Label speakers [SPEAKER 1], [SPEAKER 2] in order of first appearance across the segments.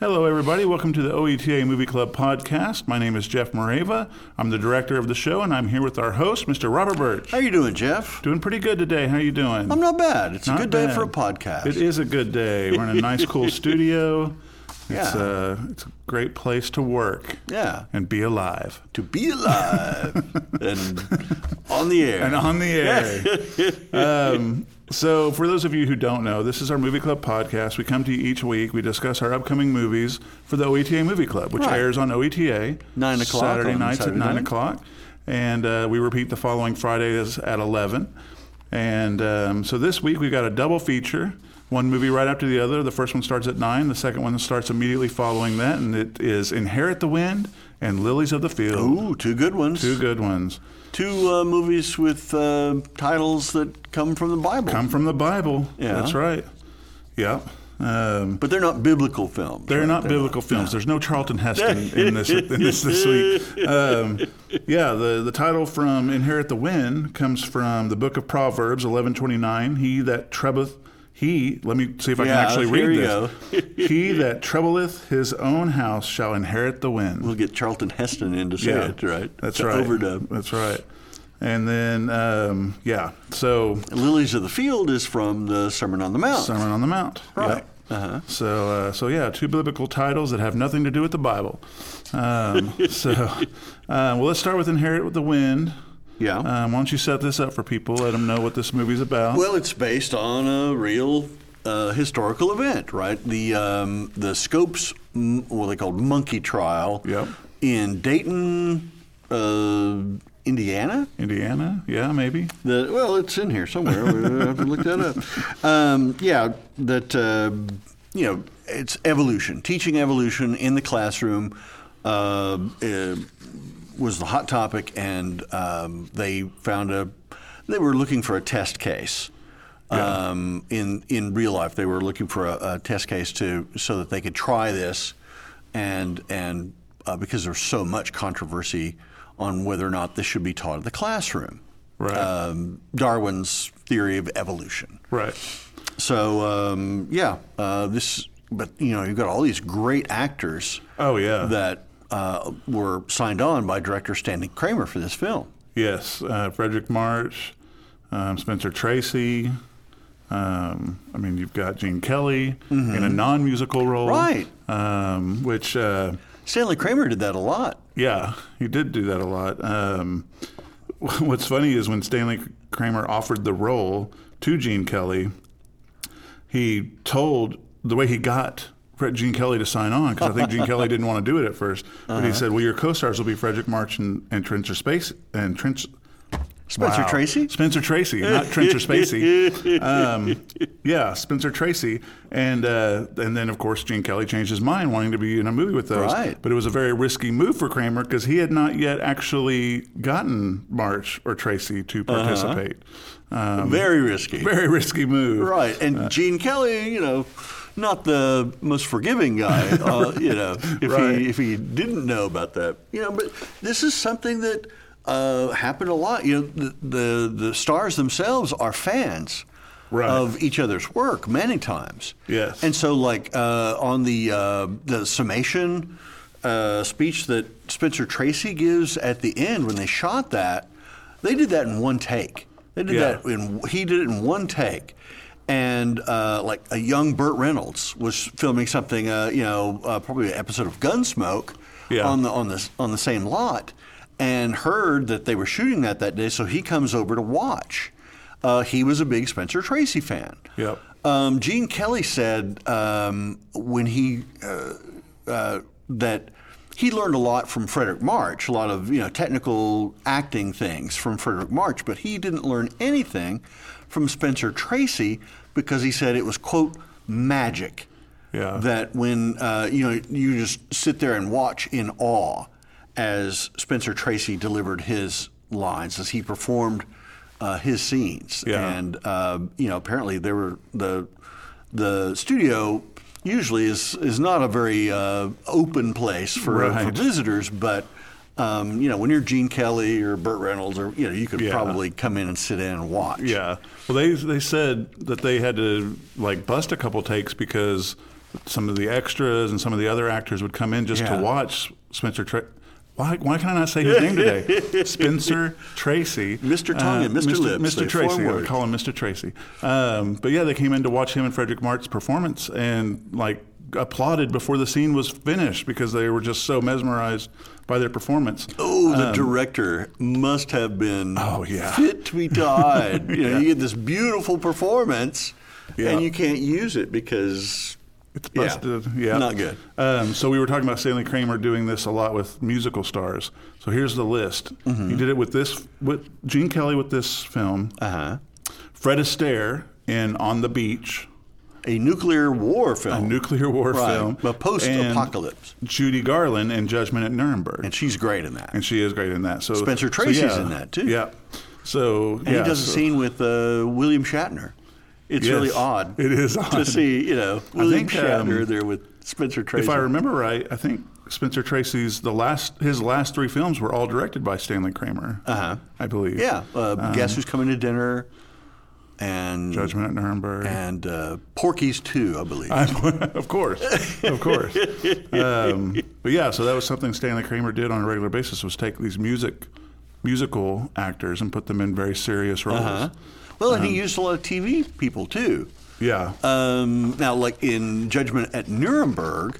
[SPEAKER 1] everybody. Welcome to the OETA Movie Club podcast. My name is Jeff Moreva. I'm the director of the show, and I'm here with our host, Mr. Robert Birch.
[SPEAKER 2] How you doing, Jeff?
[SPEAKER 1] Doing pretty good today. How you doing?
[SPEAKER 2] I'm not bad. It's
[SPEAKER 1] Not
[SPEAKER 2] a good
[SPEAKER 1] bad.
[SPEAKER 2] day for a podcast.
[SPEAKER 1] It is a good day. We're in a nice, cool studio. It's,
[SPEAKER 2] Yeah.
[SPEAKER 1] a, it's a great place to work
[SPEAKER 2] Yeah.
[SPEAKER 1] and be alive.
[SPEAKER 2] To be alive and on the air.
[SPEAKER 1] and on the air. um, so, for those of you who don't know, this is our Movie Club podcast. We come to you each week. We discuss our upcoming movies for the OETA Movie Club, which
[SPEAKER 2] Right.
[SPEAKER 1] airs on OETA
[SPEAKER 2] Nine o'clock
[SPEAKER 1] Saturday
[SPEAKER 2] on
[SPEAKER 1] nights
[SPEAKER 2] Saturday
[SPEAKER 1] at nine
[SPEAKER 2] night.
[SPEAKER 1] o'clock, and uh, we repeat the following Fridays at eleven. And um, so this week we've got a double feature. One movie right after the other. The first one starts at nine. The second one starts immediately following that, and it is *Inherit the Wind* and *Lilies of the Field*.
[SPEAKER 2] Ooh, two good ones.
[SPEAKER 1] Two good ones.
[SPEAKER 2] Two, uh, movies with uh, titles that come from the Bible.
[SPEAKER 1] Come from the Bible.
[SPEAKER 2] Yeah.
[SPEAKER 1] That's right. Yep. Um,
[SPEAKER 2] But they're not biblical films.
[SPEAKER 1] they're
[SPEAKER 2] right?
[SPEAKER 1] not biblical films. There's no Charlton Heston in this in this, this week. Um, yeah, the, the title from Inherit the Wind comes from the book of Proverbs 11:29. He that troubleth he let me see if I can
[SPEAKER 2] Yeah,
[SPEAKER 1] actually
[SPEAKER 2] here
[SPEAKER 1] read
[SPEAKER 2] you
[SPEAKER 1] this. he that troubleth his own house shall inherit the wind.
[SPEAKER 2] We'll get Charlton Heston in to say it, right?
[SPEAKER 1] That's
[SPEAKER 2] To
[SPEAKER 1] right.
[SPEAKER 2] Overdub.
[SPEAKER 1] That's right. And then um, yeah, so
[SPEAKER 2] Lilies of the Field is from the Sermon on the Mount.
[SPEAKER 1] Sermon on the Mount.
[SPEAKER 2] Right.
[SPEAKER 1] Yep. So, uh, so yeah, two biblical titles that have nothing to do with the Bible. Um, so, uh, well, let's start with "Inherit with the Wind."
[SPEAKER 2] Yeah.
[SPEAKER 1] Um, why don't you set this up for people? Let them know what this movie's about.
[SPEAKER 2] Well, it's based on a real uh, historical event, right? The um, the Scopes, m- what they called monkey trial,
[SPEAKER 1] Yep.
[SPEAKER 2] in Dayton, uh, Indiana.
[SPEAKER 1] Indiana? Yeah, maybe.
[SPEAKER 2] The, well, it's in here somewhere. we have to look that up. Um, yeah, that uh, you know, it's evolution, teaching evolution in the classroom. Uh, uh, was the hot topic, and um, they found a. They were looking for a test case. Um, in in real life, they were looking for a, a test case to so that they could try this, and and uh, because there's so much controversy on whether or not this should be taught in the classroom
[SPEAKER 1] Right.
[SPEAKER 2] um, Darwin's theory of evolution.
[SPEAKER 1] Right.
[SPEAKER 2] So um, yeah, uh, this. But you know, you've got all these great actors.
[SPEAKER 1] Oh, yeah.
[SPEAKER 2] That uh, were signed on by director Stanley Kramer for this film.
[SPEAKER 1] Yes. Uh, Frederick March, um, Spencer Tracy. Um, I mean, you've got Gene Kelly in a non-musical role,
[SPEAKER 2] Mm-hmm. Right.
[SPEAKER 1] Um, which. Uh,
[SPEAKER 2] Stanley Kramer did that a lot.
[SPEAKER 1] Yeah, he did do that a lot. Um, what's funny is when Stanley Kramer offered the role to Gene Kelly, he told the way he got Fred- Gene Kelly to sign on because I think Gene Kelly didn't want to do it at first, but he said, "Well, your co-stars will be Frederick March and, and Trencher Space and Trench."
[SPEAKER 2] Spencer
[SPEAKER 1] Wow.
[SPEAKER 2] Tracy.
[SPEAKER 1] Spencer Tracy, not Trencher Spacey. Um, yeah, Spencer Tracy, and uh, and then of course Gene Kelly changed his mind, wanting to be in a movie with those.
[SPEAKER 2] Right.
[SPEAKER 1] But it was a very risky move for Kramer because he had not yet actually gotten March or Tracy to
[SPEAKER 2] Uh-huh.
[SPEAKER 1] participate. Um,
[SPEAKER 2] Very risky.
[SPEAKER 1] very risky move.
[SPEAKER 2] Right. And Gene Kelly, you know, not the most forgiving guy, uh, you know, if,
[SPEAKER 1] Right.
[SPEAKER 2] he, if he didn't know about that. You know, but this is something that uh, happened a lot. You know, the, the, the stars themselves are fans.
[SPEAKER 1] Right.
[SPEAKER 2] Of each other's work many times.
[SPEAKER 1] Yes.
[SPEAKER 2] And so, like uh, on the uh, the summation uh, speech that Spencer Tracy gives at the end when they shot that, they did that in one take. They did
[SPEAKER 1] Yeah.
[SPEAKER 2] that in he did it in one take. And uh, like a young Burt Reynolds was filming something, uh, you know, uh, probably an episode of Gunsmoke
[SPEAKER 1] Yeah.
[SPEAKER 2] on the on the on the same lot, and heard that they were shooting that that day. So he comes over to watch. Uh, he was a big Spencer Tracy fan.
[SPEAKER 1] Yep.
[SPEAKER 2] Um, Gene Kelly said um, when he uh, uh, that he learned a lot from Frederick March, a lot of you know technical acting things from Frederick March, but he didn't learn anything from Spencer Tracy because he said it was quote magic.
[SPEAKER 1] Yeah.
[SPEAKER 2] That when uh, you know you just sit there and watch in awe as Spencer Tracy delivered his lines as he performed uh, his scenes
[SPEAKER 1] Yeah.
[SPEAKER 2] and uh, you know apparently there were the the studio usually is is not a very uh, open place for, for
[SPEAKER 1] Right.
[SPEAKER 2] visitors but um, you know when you're Gene Kelly or Burt Reynolds or you know you could
[SPEAKER 1] Yeah.
[SPEAKER 2] probably come in and sit in and watch
[SPEAKER 1] Yeah. Well, they they said that they had to like bust a couple takes because some of the extras and some of the other actors would come in just
[SPEAKER 2] Yeah.
[SPEAKER 1] to watch Spencer. Tra- why, why can I not say his name today? Spencer Tracy,
[SPEAKER 2] Mr. Tongue and Mr. Lips, they
[SPEAKER 1] Mr. Tracy.
[SPEAKER 2] forward.
[SPEAKER 1] I call him Mr. Tracy. Um, but yeah, they came in to watch him and Frederick Mart's performance and like applauded before the scene was finished because they were just so mesmerized by their performance.
[SPEAKER 2] Oh, the director must have been
[SPEAKER 1] Um, Oh, yeah.
[SPEAKER 2] fit to be died. You know, you get this beautiful performance,
[SPEAKER 1] Yeah.
[SPEAKER 2] and you can't use it because
[SPEAKER 1] It's
[SPEAKER 2] Yeah.
[SPEAKER 1] busted. Yeah.
[SPEAKER 2] Not good.
[SPEAKER 1] Um, so we were talking about Stanley Kramer doing this a lot with musical stars. So here's the list.
[SPEAKER 2] Mm-hmm.
[SPEAKER 1] He did it with this with Gene Kelly with this film.
[SPEAKER 2] uh-huh.
[SPEAKER 1] Fred Astaire in On the Beach,
[SPEAKER 2] a nuclear war
[SPEAKER 1] a
[SPEAKER 2] film,
[SPEAKER 1] nuclear war
[SPEAKER 2] Oh. Right.
[SPEAKER 1] film.
[SPEAKER 2] But post-apocalypse.
[SPEAKER 1] and Judy Garland in Judgment at Nuremberg.
[SPEAKER 2] and she's great in that.
[SPEAKER 1] And she is great in that. So
[SPEAKER 2] Spencer
[SPEAKER 1] so
[SPEAKER 2] Tracy's
[SPEAKER 1] yeah.
[SPEAKER 2] in that, too.
[SPEAKER 1] Yeah. So
[SPEAKER 2] And
[SPEAKER 1] yeah,
[SPEAKER 2] he does a
[SPEAKER 1] so-
[SPEAKER 2] scene with uh, William Shatner. It's
[SPEAKER 1] Yes.
[SPEAKER 2] really odd.
[SPEAKER 1] It is
[SPEAKER 2] to
[SPEAKER 1] odd.
[SPEAKER 2] see you know William
[SPEAKER 1] think, um,
[SPEAKER 2] Shatner there with Spencer Tracy.
[SPEAKER 1] If I remember right, I think Spencer Tracy's the last his last three films were all directed by Stanley Kramer.
[SPEAKER 2] Uh-huh.
[SPEAKER 1] I believe.
[SPEAKER 2] yeah, uh,
[SPEAKER 1] Uh-huh.
[SPEAKER 2] guess who's coming to dinner, and
[SPEAKER 1] Judgment at Nuremberg.
[SPEAKER 2] and uh, Porky's too, I believe.
[SPEAKER 1] I'm- of course, of course. Um, but yeah, so that was something Stanley Kramer did on a regular basis was take these music, musical actors and put them in very serious roles.
[SPEAKER 2] Huh? Well,
[SPEAKER 1] Um,
[SPEAKER 2] and he used a lot of TV people too.
[SPEAKER 1] Yeah,
[SPEAKER 2] Um, now, like in Judgment at Nuremberg,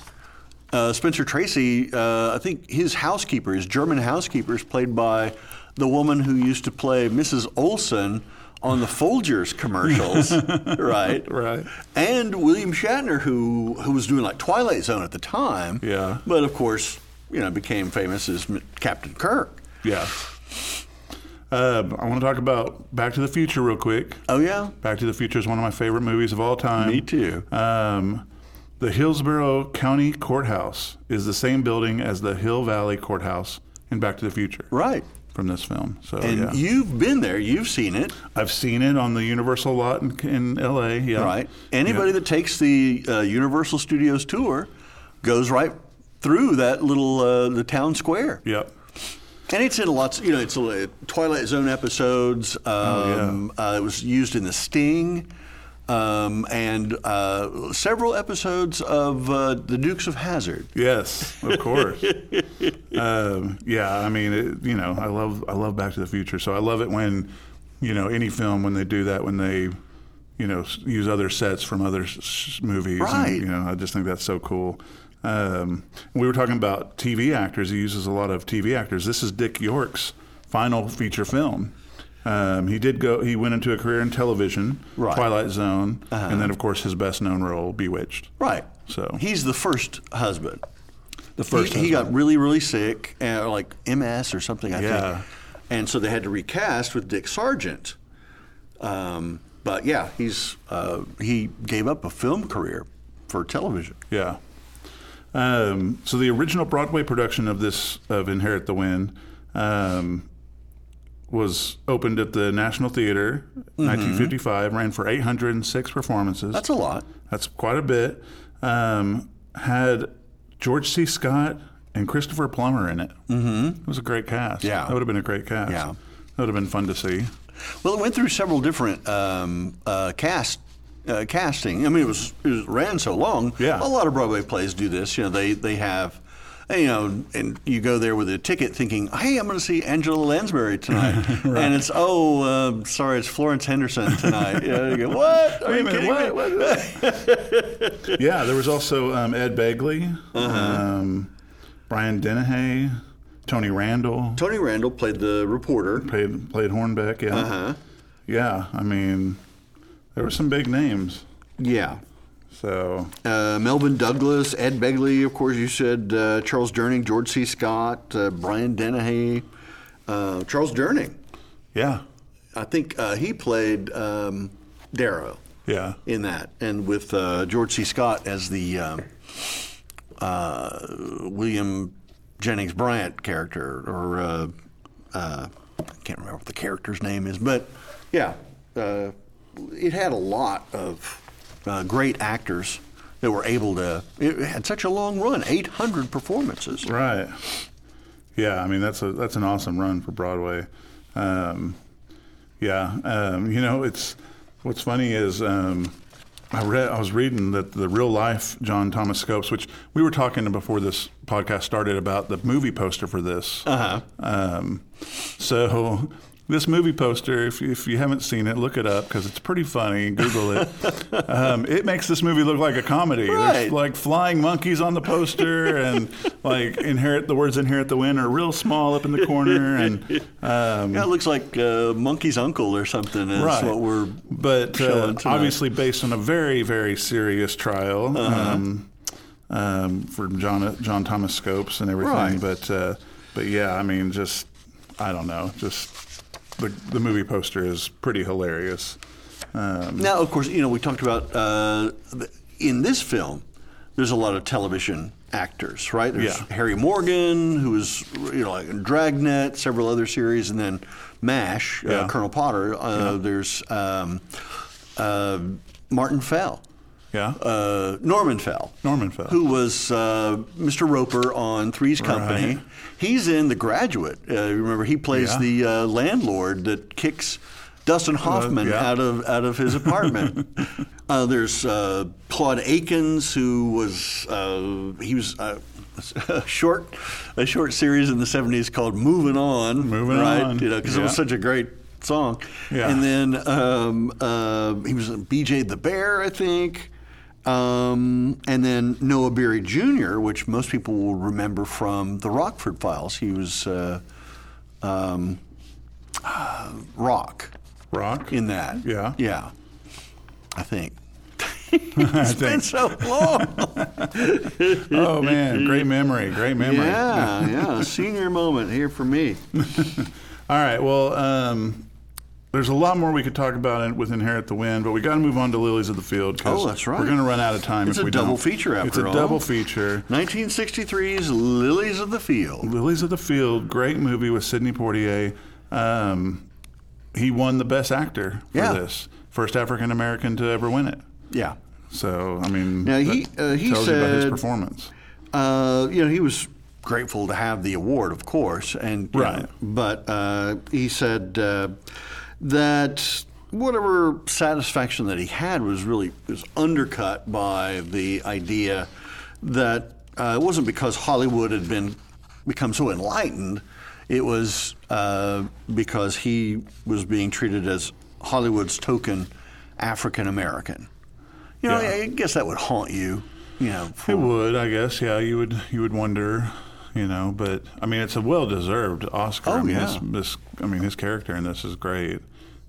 [SPEAKER 2] uh, Spencer Tracy, uh, I think his housekeeper, his German housekeeper, is played by the woman who used to play Mrs. Olson on the Folgers commercials, right?
[SPEAKER 1] Right.
[SPEAKER 2] And William Shatner, who who was doing like Twilight Zone at the time.
[SPEAKER 1] Yeah.
[SPEAKER 2] But of course, you know, became famous as M- Captain Kirk.
[SPEAKER 1] yeah. Um, I want to talk about Back to the Future real quick.
[SPEAKER 2] Oh yeah.
[SPEAKER 1] Back to the Future is one of my favorite movies of all time.
[SPEAKER 2] Me too.
[SPEAKER 1] Um, the Hillsborough County Courthouse is the same building as the Hill Valley Courthouse in Back to the Future.
[SPEAKER 2] Right.
[SPEAKER 1] From this film, so
[SPEAKER 2] And
[SPEAKER 1] Oh, yeah.
[SPEAKER 2] you've been there. You've seen it.
[SPEAKER 1] I've seen it on the Universal lot in, in LA. Yeah.
[SPEAKER 2] Right. Anybody
[SPEAKER 1] Yeah.
[SPEAKER 2] that takes the uh, Universal Studios tour goes right through that little uh, the town square,
[SPEAKER 1] Yep.
[SPEAKER 2] and it's in lots. You know, it's a Twilight Zone episodes. Um,
[SPEAKER 1] Oh,
[SPEAKER 2] uh, it was used in The Sting. Um, and uh, several episodes of uh, The Dukes of Hazard.
[SPEAKER 1] Yes, of course. um, yeah, I mean, it, you know, I love I love Back to the Future, so I love it when, you know, any film when they do that when they, you know, s- use other sets from other s- s- movies. and,
[SPEAKER 2] Right.
[SPEAKER 1] you know, I just think that's so cool. Um, we were talking about TV actors. He uses a lot of TV actors. This is Dick York's final feature film. Um, he did go. He went into a career in television,
[SPEAKER 2] Right. Uh-huh.
[SPEAKER 1] Twilight Zone, and then of course his best known role, Bewitched.
[SPEAKER 2] Right.
[SPEAKER 1] So-
[SPEAKER 2] he's the first husband.
[SPEAKER 1] The first
[SPEAKER 2] He, he got really, really sick, and, or like MS or something. I
[SPEAKER 1] Yeah.
[SPEAKER 2] think. And so they had to recast with Dick Sargent. Um, but yeah, he's uh, he gave up a film career for television.
[SPEAKER 1] Yeah. Um, so the original Broadway production of this of Inherit the Wind um, was opened at the National Theater, 1955. Ran for 806 performances.
[SPEAKER 2] Mm-hmm. That's a lot.
[SPEAKER 1] That's quite a bit. Um, had George C. Scott and Christopher Plummer in it. Mm-hmm. It was a great cast.
[SPEAKER 2] Yeah.
[SPEAKER 1] that would have been a great cast.
[SPEAKER 2] Yeah.
[SPEAKER 1] that would have been fun to see.
[SPEAKER 2] Well, it went through several different um, uh, cast. Uh, casting. I mean, it was, it was ran so long.
[SPEAKER 1] Yeah.
[SPEAKER 2] A lot of Broadway plays do this. You know, they they have, you know, and you go there with a ticket thinking, hey, I'm going to see Angela Lansbury tonight, and it's oh, uh, sorry, it's Florence Henderson tonight. you know, you go, what? Are
[SPEAKER 1] Wait a
[SPEAKER 2] you
[SPEAKER 1] minute,
[SPEAKER 2] kidding me?
[SPEAKER 1] what- what- yeah, there was also um, Ed Begley,
[SPEAKER 2] Uh-huh.
[SPEAKER 1] um, Brian Dennehy, Tony Randall
[SPEAKER 2] Tony Randall played the reporter.
[SPEAKER 1] played played Hornbeck. Yeah,
[SPEAKER 2] Uh-huh.
[SPEAKER 1] yeah. I mean, there were some big names.
[SPEAKER 2] Yeah.
[SPEAKER 1] So
[SPEAKER 2] Uh, Melvin Douglas, Ed Begley, of course, you said uh, Charles Durning, George C. Scott, uh, Brian Dennehy, uh, Charles Durning.
[SPEAKER 1] yeah,
[SPEAKER 2] I think uh, he played um, Darrow
[SPEAKER 1] yeah,
[SPEAKER 2] in that, and with uh, George C. Scott as the um, uh, William Jennings Bryant character, or uh, uh, I can't remember what the character's name is, but yeah, uh, it had a lot of uh, great actors that were able to. It had such a long run, 800 performances.
[SPEAKER 1] right. Yeah, I mean that's a that's an awesome run for Broadway. Um, yeah, um, you know it's what's funny is um, I read. I was reading that the real life John Thomas Scopes, which we were talking before this podcast started about the movie poster for this. Uh huh. Um, so this movie poster, if you, if you haven't seen it, look it up because it's pretty funny. Google it. um, it makes this movie look like a comedy.
[SPEAKER 2] Right.
[SPEAKER 1] There's like flying monkeys on the poster, and like inherit the words "inherit the wind" are real small up in the corner, and um,
[SPEAKER 2] Yeah, it looks like uh, Monkey's Uncle or something. Is
[SPEAKER 1] Right.
[SPEAKER 2] what we're.
[SPEAKER 1] but uh,
[SPEAKER 2] showing tonight.
[SPEAKER 1] obviously based on a very very serious trial
[SPEAKER 2] Uh-huh.
[SPEAKER 1] um, um, from John John Thomas Scopes and everything.
[SPEAKER 2] Right.
[SPEAKER 1] But uh, but yeah, I mean, just I don't know, just the the movie poster is pretty hilarious. Um,
[SPEAKER 2] Now, of course, you know we talked about uh, the- in this film. There's a lot of television actors, right? There's
[SPEAKER 1] Yeah.
[SPEAKER 2] Harry Morgan, who was you know like in Dragnet, several other series, and then Mash,
[SPEAKER 1] Yeah.
[SPEAKER 2] uh, Colonel Potter. Uh, There's um, uh, Martin Fell,
[SPEAKER 1] yeah,
[SPEAKER 2] uh, Norman Fell,
[SPEAKER 1] Norman Fell.
[SPEAKER 2] who was uh, Mr. Roper on Three's Company.
[SPEAKER 1] Right.
[SPEAKER 2] He's in The Graduate. Uh, remember, he plays
[SPEAKER 1] Yeah. Uh,
[SPEAKER 2] the uh, landlord that kicks Dustin Hoffman
[SPEAKER 1] yeah.
[SPEAKER 2] out of out of his apartment. uh, there's uh, Claude Akins, who was uh, he was. Uh, a short, a short series in the '70s called "Moving On."
[SPEAKER 1] Moving
[SPEAKER 2] right?
[SPEAKER 1] On.
[SPEAKER 2] you know, because it was
[SPEAKER 1] Yeah.
[SPEAKER 2] such a great song.
[SPEAKER 1] Yeah.
[SPEAKER 2] And then um, uh, he was in BJ the Bear, I think. Um, and then Noah Beery Jr., which most people will remember from the Rockford Files. He was uh, um, uh, Rock
[SPEAKER 1] Rock.
[SPEAKER 2] in that.
[SPEAKER 1] Yeah.
[SPEAKER 2] Yeah. I think.
[SPEAKER 1] I
[SPEAKER 2] It's been
[SPEAKER 1] think.
[SPEAKER 2] so long.
[SPEAKER 1] Oh man, great memory, great memory.
[SPEAKER 2] yeah, yeah. Senior moment here for me.
[SPEAKER 1] All right. Well, um, there's a lot more we could talk about in- with Inherit the Wind, but we got to move on to Lilies of the Field. 'cause
[SPEAKER 2] Oh, that's right.
[SPEAKER 1] We're going to run out of time
[SPEAKER 2] It's
[SPEAKER 1] if
[SPEAKER 2] a
[SPEAKER 1] we
[SPEAKER 2] double
[SPEAKER 1] don't.
[SPEAKER 2] feature
[SPEAKER 1] It's a
[SPEAKER 2] after all.
[SPEAKER 1] double feature.
[SPEAKER 2] 1963's Lilies of the Field.
[SPEAKER 1] Lilies of the Field, great movie with Sidney Poitier. Um, he won the Best Actor for
[SPEAKER 2] Yeah.
[SPEAKER 1] this. First African American to ever win it.
[SPEAKER 2] Yeah.
[SPEAKER 1] So I mean,
[SPEAKER 2] Now, he-
[SPEAKER 1] that
[SPEAKER 2] uh, he
[SPEAKER 1] tells you about his
[SPEAKER 2] said-
[SPEAKER 1] performance.
[SPEAKER 2] Uh, you know, he was grateful to have the award, of course, and you know,
[SPEAKER 1] Right.
[SPEAKER 2] but uh, he said uh, that whatever satisfaction that he had was really was undercut by the idea that uh, it wasn't because Hollywood had been become so enlightened. It was uh, because he was being treated as Hollywood's token African American. You know,
[SPEAKER 1] Yeah.
[SPEAKER 2] I, I guess that would haunt you. You know, for,
[SPEAKER 1] It would, I guess. Yeah, you would. You would wonder, you know. But I mean, it's a well-deserved Oscar.
[SPEAKER 2] Oh,
[SPEAKER 1] I mean,
[SPEAKER 2] yeah.
[SPEAKER 1] This, this, I mean, his character in this is great.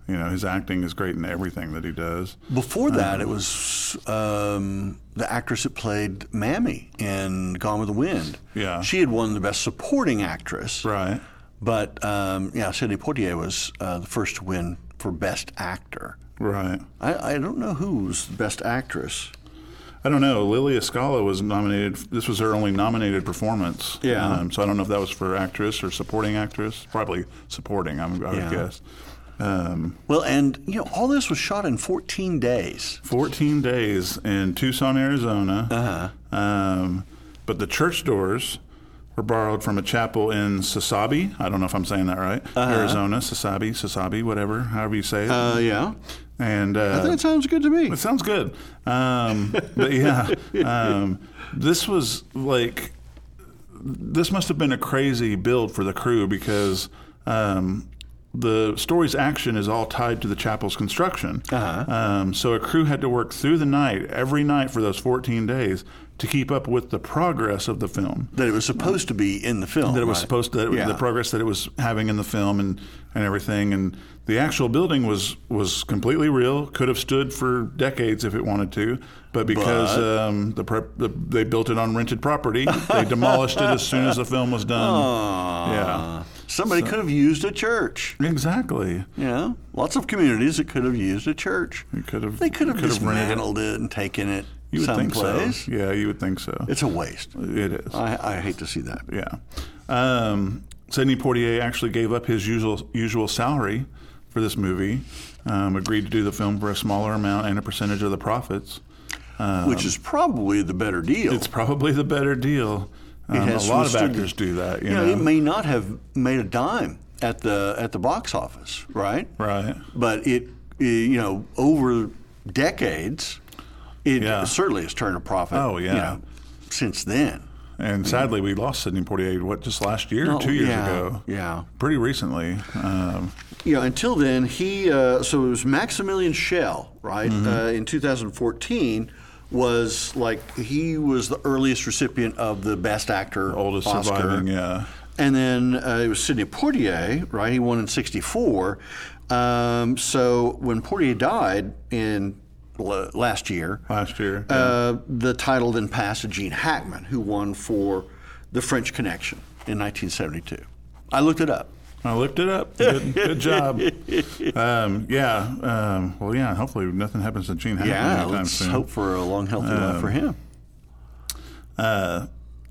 [SPEAKER 1] You know, his acting is great in everything that he does.
[SPEAKER 2] Before that, it was um, the actress that played Mammy in Gone with the Wind.
[SPEAKER 1] Yeah.
[SPEAKER 2] She had won the Best Supporting Actress.
[SPEAKER 1] Right.
[SPEAKER 2] But, um, yeah, Sidney Poitier was uh, the first to win for Best Actor.
[SPEAKER 1] Right.
[SPEAKER 2] I, I don't know who's the Best Actress.
[SPEAKER 1] I don't know. Lily Escala was nominated. This was her only nominated performance. Um,
[SPEAKER 2] Yeah.
[SPEAKER 1] so I don't know if that was for actress or supporting actress. Probably supporting. I'm, I would
[SPEAKER 2] Yeah.
[SPEAKER 1] guess. Um,
[SPEAKER 2] Well, and, you know, all this was shot in 14 days.
[SPEAKER 1] 14 days in Tucson, Arizona. Uh-huh. Um, but the church doors were borrowed from a chapel in Sasabe. I don't know if I'm saying that right. Arizona, Sasabe, Sasabe, whatever, however you say it.
[SPEAKER 2] Uh, yeah.
[SPEAKER 1] and uh,
[SPEAKER 2] That sounds good to me.
[SPEAKER 1] it sounds good. Um, but yeah, um, this was like this must have been a crazy build for the crew because um, the story's action is all tied to the chapel's construction.
[SPEAKER 2] Uh-huh.
[SPEAKER 1] Um, so a crew had to work through the night every night for those 14 days to keep up with the progress of the film
[SPEAKER 2] That it was supposed to be in the film.
[SPEAKER 1] that it was
[SPEAKER 2] right?
[SPEAKER 1] supposed to
[SPEAKER 2] Yeah.
[SPEAKER 1] the progress that it was having in the film and, and everything and the actual building was was completely real could have stood for decades if it wanted to but because um, the, prep, the they built it on rented property they demolished it as soon as the film was done
[SPEAKER 2] Aw. Somebody could have used a church.
[SPEAKER 1] exactly
[SPEAKER 2] Yeah, lots of communities that could have used a church.
[SPEAKER 1] It could have-
[SPEAKER 2] They could have
[SPEAKER 1] could have rented it.
[SPEAKER 2] dismantled it. and taken it
[SPEAKER 1] you would think
[SPEAKER 2] someplace.
[SPEAKER 1] so yeah you would think so
[SPEAKER 2] It's a waste.
[SPEAKER 1] it is
[SPEAKER 2] I, I hate to see that.
[SPEAKER 1] Yeah. Um, Sidney Poitier actually gave up his usual usual salary for this movie, um, agreed to do the film for a smaller amount and a percentage of the profits.
[SPEAKER 2] Which is probably the better deal.
[SPEAKER 1] Um, It's probably the better deal. Um, a
[SPEAKER 2] has
[SPEAKER 1] lot of
[SPEAKER 2] withstood-
[SPEAKER 1] actors do that, you,
[SPEAKER 2] you know,
[SPEAKER 1] know.
[SPEAKER 2] it may not have made a dime at the at the box office, right?
[SPEAKER 1] right.
[SPEAKER 2] But it, eh, you know, over decades, It
[SPEAKER 1] Yeah.
[SPEAKER 2] certainly has turned a profit.
[SPEAKER 1] Oh, yeah.
[SPEAKER 2] you know, since then,
[SPEAKER 1] And sadly, we lost Sidney Poitier, what, just last year, or two years
[SPEAKER 2] Oh, yeah,
[SPEAKER 1] ago?
[SPEAKER 2] Yeah.
[SPEAKER 1] Pretty recently. Um,
[SPEAKER 2] Yeah, until then, he, uh, so it was Maximilian Schell, right,
[SPEAKER 1] Mm-hmm.
[SPEAKER 2] uh, in 2014, was like, he was the earliest recipient of the Best Actor
[SPEAKER 1] oldest
[SPEAKER 2] Oscar.
[SPEAKER 1] surviving, yeah.
[SPEAKER 2] And then uh, it was Sidney Poitier, right? He won in 64. Um, so when Poitier died in l- last year,
[SPEAKER 1] Last year.
[SPEAKER 2] uh, the title then passed to Gene Hackman, who won for The French Connection in 1972. I looked it up.
[SPEAKER 1] I looked it up. Good, good job. Um, yeah. Um, well, yeah. Hopefully, nothing happens to Gene Hackman
[SPEAKER 2] Yeah,
[SPEAKER 1] anytime
[SPEAKER 2] let's
[SPEAKER 1] soon. Um,
[SPEAKER 2] hope for a long, healthy life for him.
[SPEAKER 1] Uh,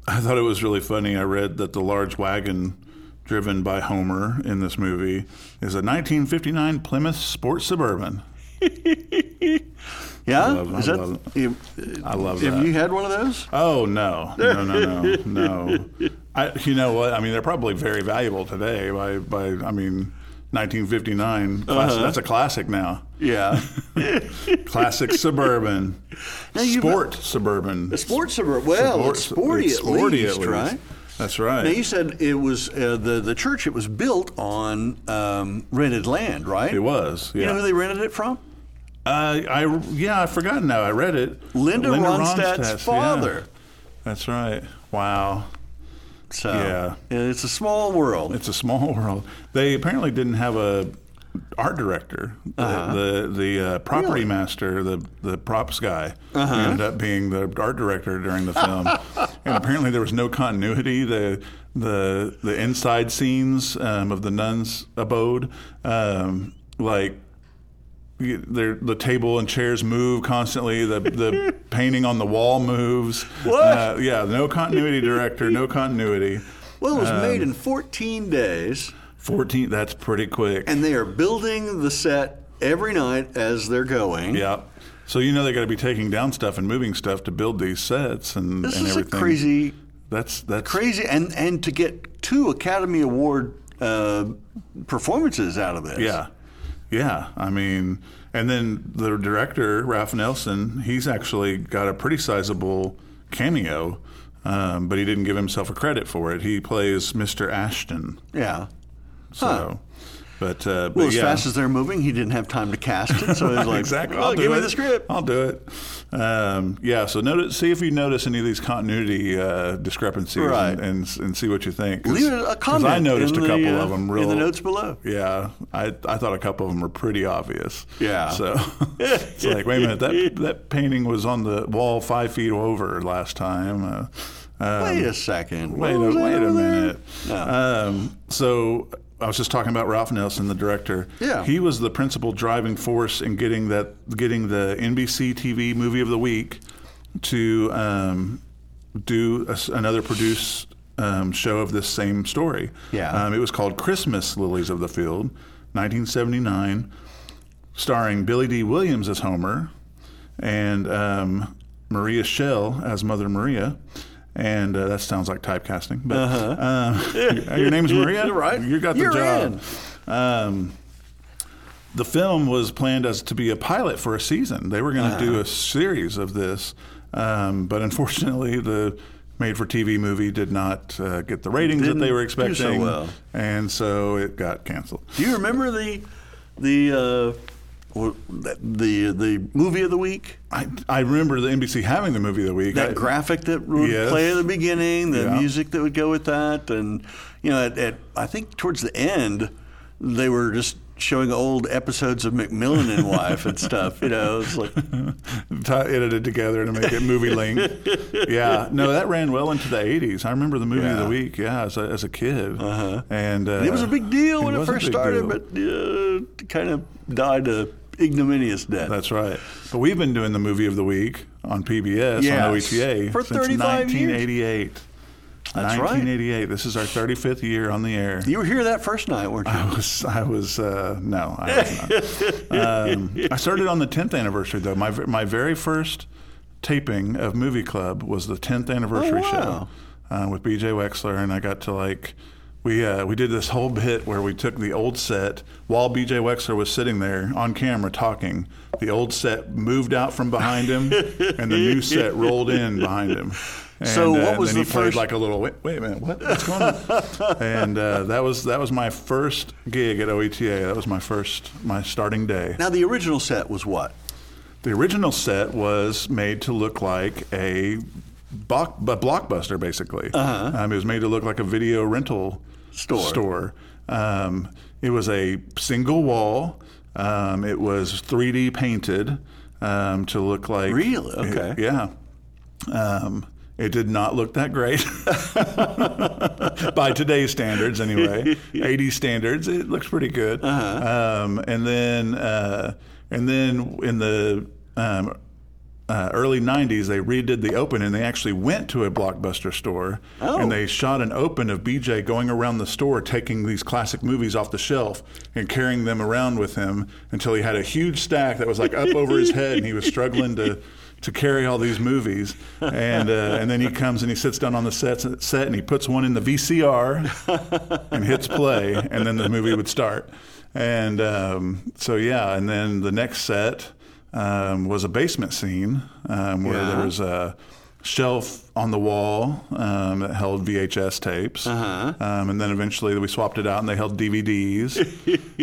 [SPEAKER 1] I thought it was really funny. I read that the large wagon driven by Homer in this movie is a 1959 Plymouth Sport Suburban.
[SPEAKER 2] Yeah,
[SPEAKER 1] love- I
[SPEAKER 2] is that?
[SPEAKER 1] love
[SPEAKER 2] you-
[SPEAKER 1] I love
[SPEAKER 2] have
[SPEAKER 1] that.
[SPEAKER 2] you had one of those?
[SPEAKER 1] Oh no, no, no, no, no! I, you know what? I mean, they're probably very valuable today. By by, I mean, 1959. class-
[SPEAKER 2] Uh-huh.
[SPEAKER 1] That's a classic now.
[SPEAKER 2] Yeah,
[SPEAKER 1] Classic suburban,
[SPEAKER 2] you've-
[SPEAKER 1] sport suburban.
[SPEAKER 2] a sports or well, it's sporty,
[SPEAKER 1] it's sporty
[SPEAKER 2] at least, right?
[SPEAKER 1] That's right.
[SPEAKER 2] Now you said it was uh, the the church. It was built on um, rented land, right?
[SPEAKER 1] it was. Yeah.
[SPEAKER 2] You know who they rented it from?
[SPEAKER 1] Uh, I yeah, I forgot now. I read it.
[SPEAKER 2] Linda Ronstadt's
[SPEAKER 1] yeah.
[SPEAKER 2] father.
[SPEAKER 1] That's right. Wow,
[SPEAKER 2] So
[SPEAKER 1] Yeah.
[SPEAKER 2] it's a small world.
[SPEAKER 1] it's a small world. They apparently didn't have a art director. The the, the uh, property
[SPEAKER 2] Uh-huh. Really? Uh-huh.
[SPEAKER 1] master, the the props guy, ended up being the art director during the film. and apparently there was no continuity. The the the inside scenes um, of the nuns' abode, um, like you- there- the table and chairs move constantly. The the painting on the wall moves.
[SPEAKER 2] What?
[SPEAKER 1] Uh, yeah, no continuity director, no continuity.
[SPEAKER 2] well, it was made
[SPEAKER 1] um,
[SPEAKER 2] in 14 days,
[SPEAKER 1] Fourteen. That's pretty quick.
[SPEAKER 2] and they are building the set every night as they're going.
[SPEAKER 1] yeah. So you know they got to be taking down stuff and moving stuff to build these sets and
[SPEAKER 2] This
[SPEAKER 1] and
[SPEAKER 2] is
[SPEAKER 1] everything.
[SPEAKER 2] a crazy,
[SPEAKER 1] That's that's
[SPEAKER 2] crazy, and and to get two Academy Award uh, performances out of this.
[SPEAKER 1] Yeah. Yeah. I mean, and then the director, Ralph Nelson, he's actually got a pretty sizable cameo, um, but he didn't give himself a credit for it. He plays Mr. Ashton.
[SPEAKER 2] yeah.
[SPEAKER 1] So, but, uh, but
[SPEAKER 2] Well, as
[SPEAKER 1] yeah.
[SPEAKER 2] fast as they're moving, he didn't have time to cast it, so he was like,
[SPEAKER 1] exactly.
[SPEAKER 2] "Well,
[SPEAKER 1] I'll do
[SPEAKER 2] give me
[SPEAKER 1] it.
[SPEAKER 2] the script."
[SPEAKER 1] I'll do it. Um, yeah. So notice, see if you notice any of these continuity uh, discrepancies,
[SPEAKER 2] Right.
[SPEAKER 1] and, and and see what you think. 'Cause-
[SPEAKER 2] Leave a
[SPEAKER 1] 'cause
[SPEAKER 2] comment.
[SPEAKER 1] I noticed
[SPEAKER 2] in
[SPEAKER 1] a couple
[SPEAKER 2] the, uh,
[SPEAKER 1] of them.
[SPEAKER 2] in
[SPEAKER 1] Real
[SPEAKER 2] the notes below.
[SPEAKER 1] Yeah, I I thought a couple of them were pretty obvious.
[SPEAKER 2] Yeah.
[SPEAKER 1] So it's like, wait a minute, that that painting was on the wall five feet over last time. Uh, um,
[SPEAKER 2] Wait a second.
[SPEAKER 1] wait,
[SPEAKER 2] What was
[SPEAKER 1] a,
[SPEAKER 2] that
[SPEAKER 1] wait a
[SPEAKER 2] over there?
[SPEAKER 1] minute.
[SPEAKER 2] No.
[SPEAKER 1] Um, so I was just talking about Ralph Nelson, the director.
[SPEAKER 2] Yeah.
[SPEAKER 1] He was the principal driving force in getting that getting the NBC TV movie of the week to um, do a s another produced um, show of this same story.
[SPEAKER 2] Yeah.
[SPEAKER 1] Um, it was called Christmas Lilies of the Field, 1979, starring Billy D. Williams as Homer and um, Maria Schell as Mother Maria. And uh, that sounds like typecasting, but uh, your, your name's Maria,
[SPEAKER 2] Right.
[SPEAKER 1] You got the
[SPEAKER 2] Uh-huh. You're
[SPEAKER 1] job. Um, the film was planned as to be a pilot for a season. They were going to
[SPEAKER 2] Uh-huh.
[SPEAKER 1] do a series of this, um, but unfortunately, the made-for-TV movie did not uh, get the ratings that they
[SPEAKER 2] Didn't
[SPEAKER 1] were
[SPEAKER 2] do so
[SPEAKER 1] expecting,
[SPEAKER 2] well.
[SPEAKER 1] and so it got canceled.
[SPEAKER 2] Do you remember the the uh, or that- the the movie of the week?
[SPEAKER 1] I, I remember the NBC having the movie of the week.
[SPEAKER 2] That
[SPEAKER 1] I-
[SPEAKER 2] graphic that would
[SPEAKER 1] Yes.
[SPEAKER 2] play at the beginning, the
[SPEAKER 1] Yeah.
[SPEAKER 2] music that would go with that, and you know, at, at I think towards the end, they were just showing old episodes of McMillan and Wife and stuff. You know, it's like
[SPEAKER 1] t- edited together to make it movie length. yeah, no, that ran well into the '80s. I remember the movie of
[SPEAKER 2] Yeah.
[SPEAKER 1] the week. Yeah, as a, as a kid, uh-huh. and uh,
[SPEAKER 2] it was a big deal when it,
[SPEAKER 1] was a
[SPEAKER 2] first
[SPEAKER 1] big
[SPEAKER 2] started,
[SPEAKER 1] deal.
[SPEAKER 2] but uh, it kind of died a ignominious death.
[SPEAKER 1] that's right. But we've been doing the movie of the week on PBS
[SPEAKER 2] Yes.
[SPEAKER 1] on OETA
[SPEAKER 2] For
[SPEAKER 1] since
[SPEAKER 2] 35 years.
[SPEAKER 1] 1988.
[SPEAKER 2] That's right.
[SPEAKER 1] 1988. This is our 35th year on the air.
[SPEAKER 2] you were here that first night, weren't you?
[SPEAKER 1] I was, I was, uh, no, I was not. um, I started on the 10th anniversary, though. My, my very first taping of Movie Club was the 10th anniversary
[SPEAKER 2] Oh, wow.
[SPEAKER 1] show uh, with BJ Wexler, and I got to like, we we uh, we did this whole bit where we took the old set while BJ Wexler was sitting there on camera talking. The old set moved out from behind him, and the new set rolled in behind him. And,
[SPEAKER 2] So what was
[SPEAKER 1] then
[SPEAKER 2] the
[SPEAKER 1] he played
[SPEAKER 2] first-
[SPEAKER 1] like a little wait, wait a minute what what's going on? and uh, that was that was my first gig at OETA. That was my first my starting day.
[SPEAKER 2] Now, the original set was what?
[SPEAKER 1] The original set was made to look like a, block, a blockbuster, basically. Uh-huh. Um, it was made to look like a video rental
[SPEAKER 2] Store.
[SPEAKER 1] Store. Um, it was a single wall. Um, it was 3D painted um, to look like.
[SPEAKER 2] Really? Okay.
[SPEAKER 1] yeah. Um, it did not look that great by today's standards, anyway. 80 standards, it looks pretty good.
[SPEAKER 2] Uh-huh.
[SPEAKER 1] Um, and then, uh, and then in the um, uh, early 90s, they redid the open and they actually went to a blockbuster store and they shot an open of BJ going around the store taking these classic movies off the shelf and carrying them around with him until he had a huge stack that was like up over his head and he was struggling to. To carry all these movies, and uh, and then he comes and he sits down on the set set and he puts one in the VCR and hits play, and then the movie would start. And um, so yeah, and then the next set, um, was a basement scene um, where
[SPEAKER 2] Yeah.
[SPEAKER 1] there was a shelf on the wall um, that held VHS tapes.
[SPEAKER 2] Uh-huh.
[SPEAKER 1] Um, and then eventually we swapped it out and they held DVDs.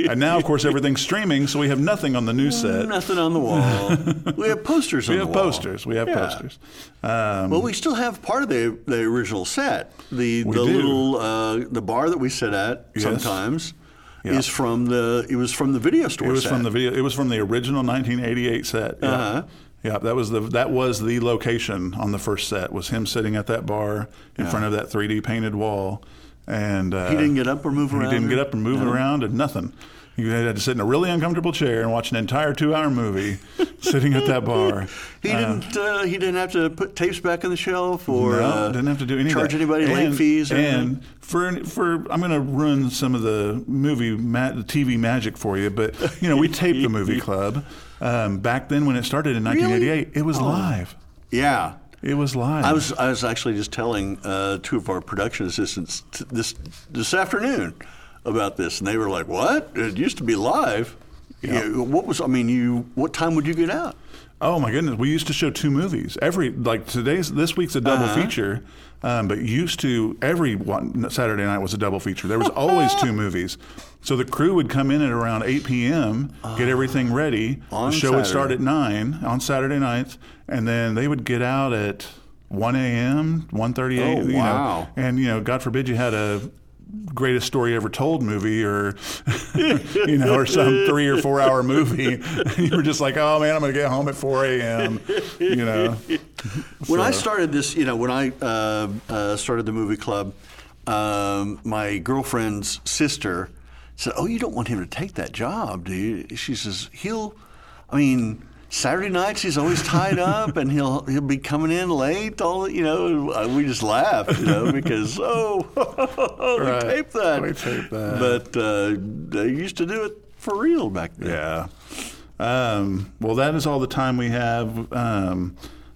[SPEAKER 1] and now, of course, everything's streaming, so we have nothing on the new set.
[SPEAKER 2] Nothing on the wall. we have posters
[SPEAKER 1] We
[SPEAKER 2] on
[SPEAKER 1] have
[SPEAKER 2] the wall.
[SPEAKER 1] posters. We have
[SPEAKER 2] Yeah.
[SPEAKER 1] posters. Um,
[SPEAKER 2] Well, we still have part of the, the original set. The the
[SPEAKER 1] do.
[SPEAKER 2] little uh, the bar that we sit at
[SPEAKER 1] Yes.
[SPEAKER 2] sometimes
[SPEAKER 1] Yeah.
[SPEAKER 2] is from the it was from the video store.
[SPEAKER 1] it was
[SPEAKER 2] set.
[SPEAKER 1] from the video. It was from the original 1988 set. Yeah.
[SPEAKER 2] Uh-huh.
[SPEAKER 1] Yeah, that was the that was the location on the first set. Was him sitting at that bar in front of that 3D painted wall, and uh,
[SPEAKER 2] He didn't get up or move around.
[SPEAKER 1] He didn't get
[SPEAKER 2] or-
[SPEAKER 1] up and move around and nothing. He had to sit in a really uncomfortable chair and watch an entire two-hour movie sitting at that bar.
[SPEAKER 2] He didn't. Uh, he didn't have to put tapes back on the shelf or
[SPEAKER 1] No,
[SPEAKER 2] uh,
[SPEAKER 1] didn't have to do any of
[SPEAKER 2] charge
[SPEAKER 1] that.
[SPEAKER 2] anybody late
[SPEAKER 1] And-
[SPEAKER 2] fees. Or anything.
[SPEAKER 1] and for for I'm going to ruin some of the movie ma- TV magic for you, but you know we taped the movie club um, back then when it started in 1988. It was live.
[SPEAKER 2] yeah.
[SPEAKER 1] It was live.
[SPEAKER 2] Oh. I was I was actually just telling uh, two of our production assistants t- this this afternoon about this, and they were like, "What? It used to be live. Yeah, what was? I mean, you. What time would you get out?
[SPEAKER 1] Oh my goodness! We used to show two movies every like today's this week's a double
[SPEAKER 2] Uh-huh.
[SPEAKER 1] feature, um, but used to every one Saturday night was a double feature. There was always two movies, so the crew would come in at around eight p.m. get everything ready.
[SPEAKER 2] Ah. On
[SPEAKER 1] the show would start
[SPEAKER 2] Saturday.
[SPEAKER 1] at nine on Saturday nights, and then they would get out at one a.m. one thirty eight.
[SPEAKER 2] Oh,
[SPEAKER 1] you know,
[SPEAKER 2] wow.
[SPEAKER 1] and you know, God forbid you had a greatest story ever told movie or you know or some three or four hour movie you were just like oh man i'm gonna get home at 4 a.m you know
[SPEAKER 2] When I
[SPEAKER 1] So-
[SPEAKER 2] started this, you know, when I uh, uh, started the movie club, um, my girlfriend's sister said, "Oh, you don't want him to take that job, do you?" She says, "He'll, I mean." Saturday nights, he's always tied up, and he'll he'll be coming in late. All you know, uh, we just laugh, you know, because oh, we
[SPEAKER 1] Right.
[SPEAKER 2] taped that.
[SPEAKER 1] We taped that.
[SPEAKER 2] But uh, they used to do it for real back then.
[SPEAKER 1] yeah um, well that is all the time we have um,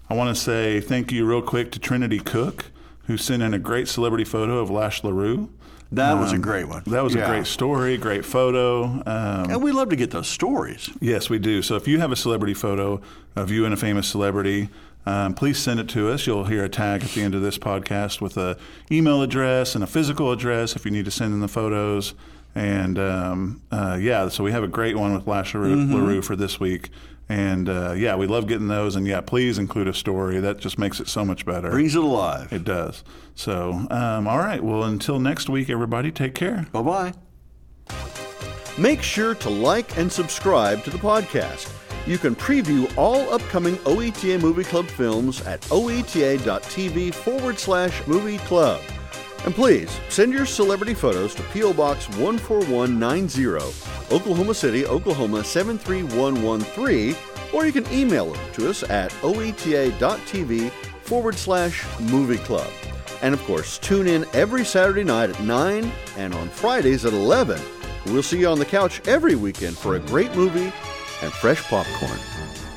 [SPEAKER 1] i want to say thank you real quick to trinity cook who sent in a great celebrity photo of lash larue
[SPEAKER 2] That was a great one.
[SPEAKER 1] that was
[SPEAKER 2] Yeah.
[SPEAKER 1] a great story great photo um,
[SPEAKER 2] And we love to get those stories.
[SPEAKER 1] Yes, we do. So if you have a celebrity photo of you and a famous celebrity, um, please send it to us. You'll hear a tag at the end of this podcast with a email address and a physical address if you need to send in the photos. And um, uh, yeah, so we have a great one with Lash LaRue, LaRue for this week. And uh, yeah, we love getting those. And yeah, please include a story. That just makes it so much better.
[SPEAKER 2] Brings it alive.
[SPEAKER 1] It does. So, um, all right. Well, until next week, everybody, take care.
[SPEAKER 2] Bye bye.
[SPEAKER 3] Make sure to like and subscribe to the podcast. You can preview all upcoming OETA Movie Club films at E oeta.tv forward slash movie club. And please send your celebrity photos to P.O. Box 14190, Oklahoma City, Oklahoma 73113, or you can email them to us at E oeta.tv forward slash movie club. And of course, tune in every Saturday night at 9 and on Fridays at 11. We'll see you on the couch every weekend for a great movie and fresh popcorn.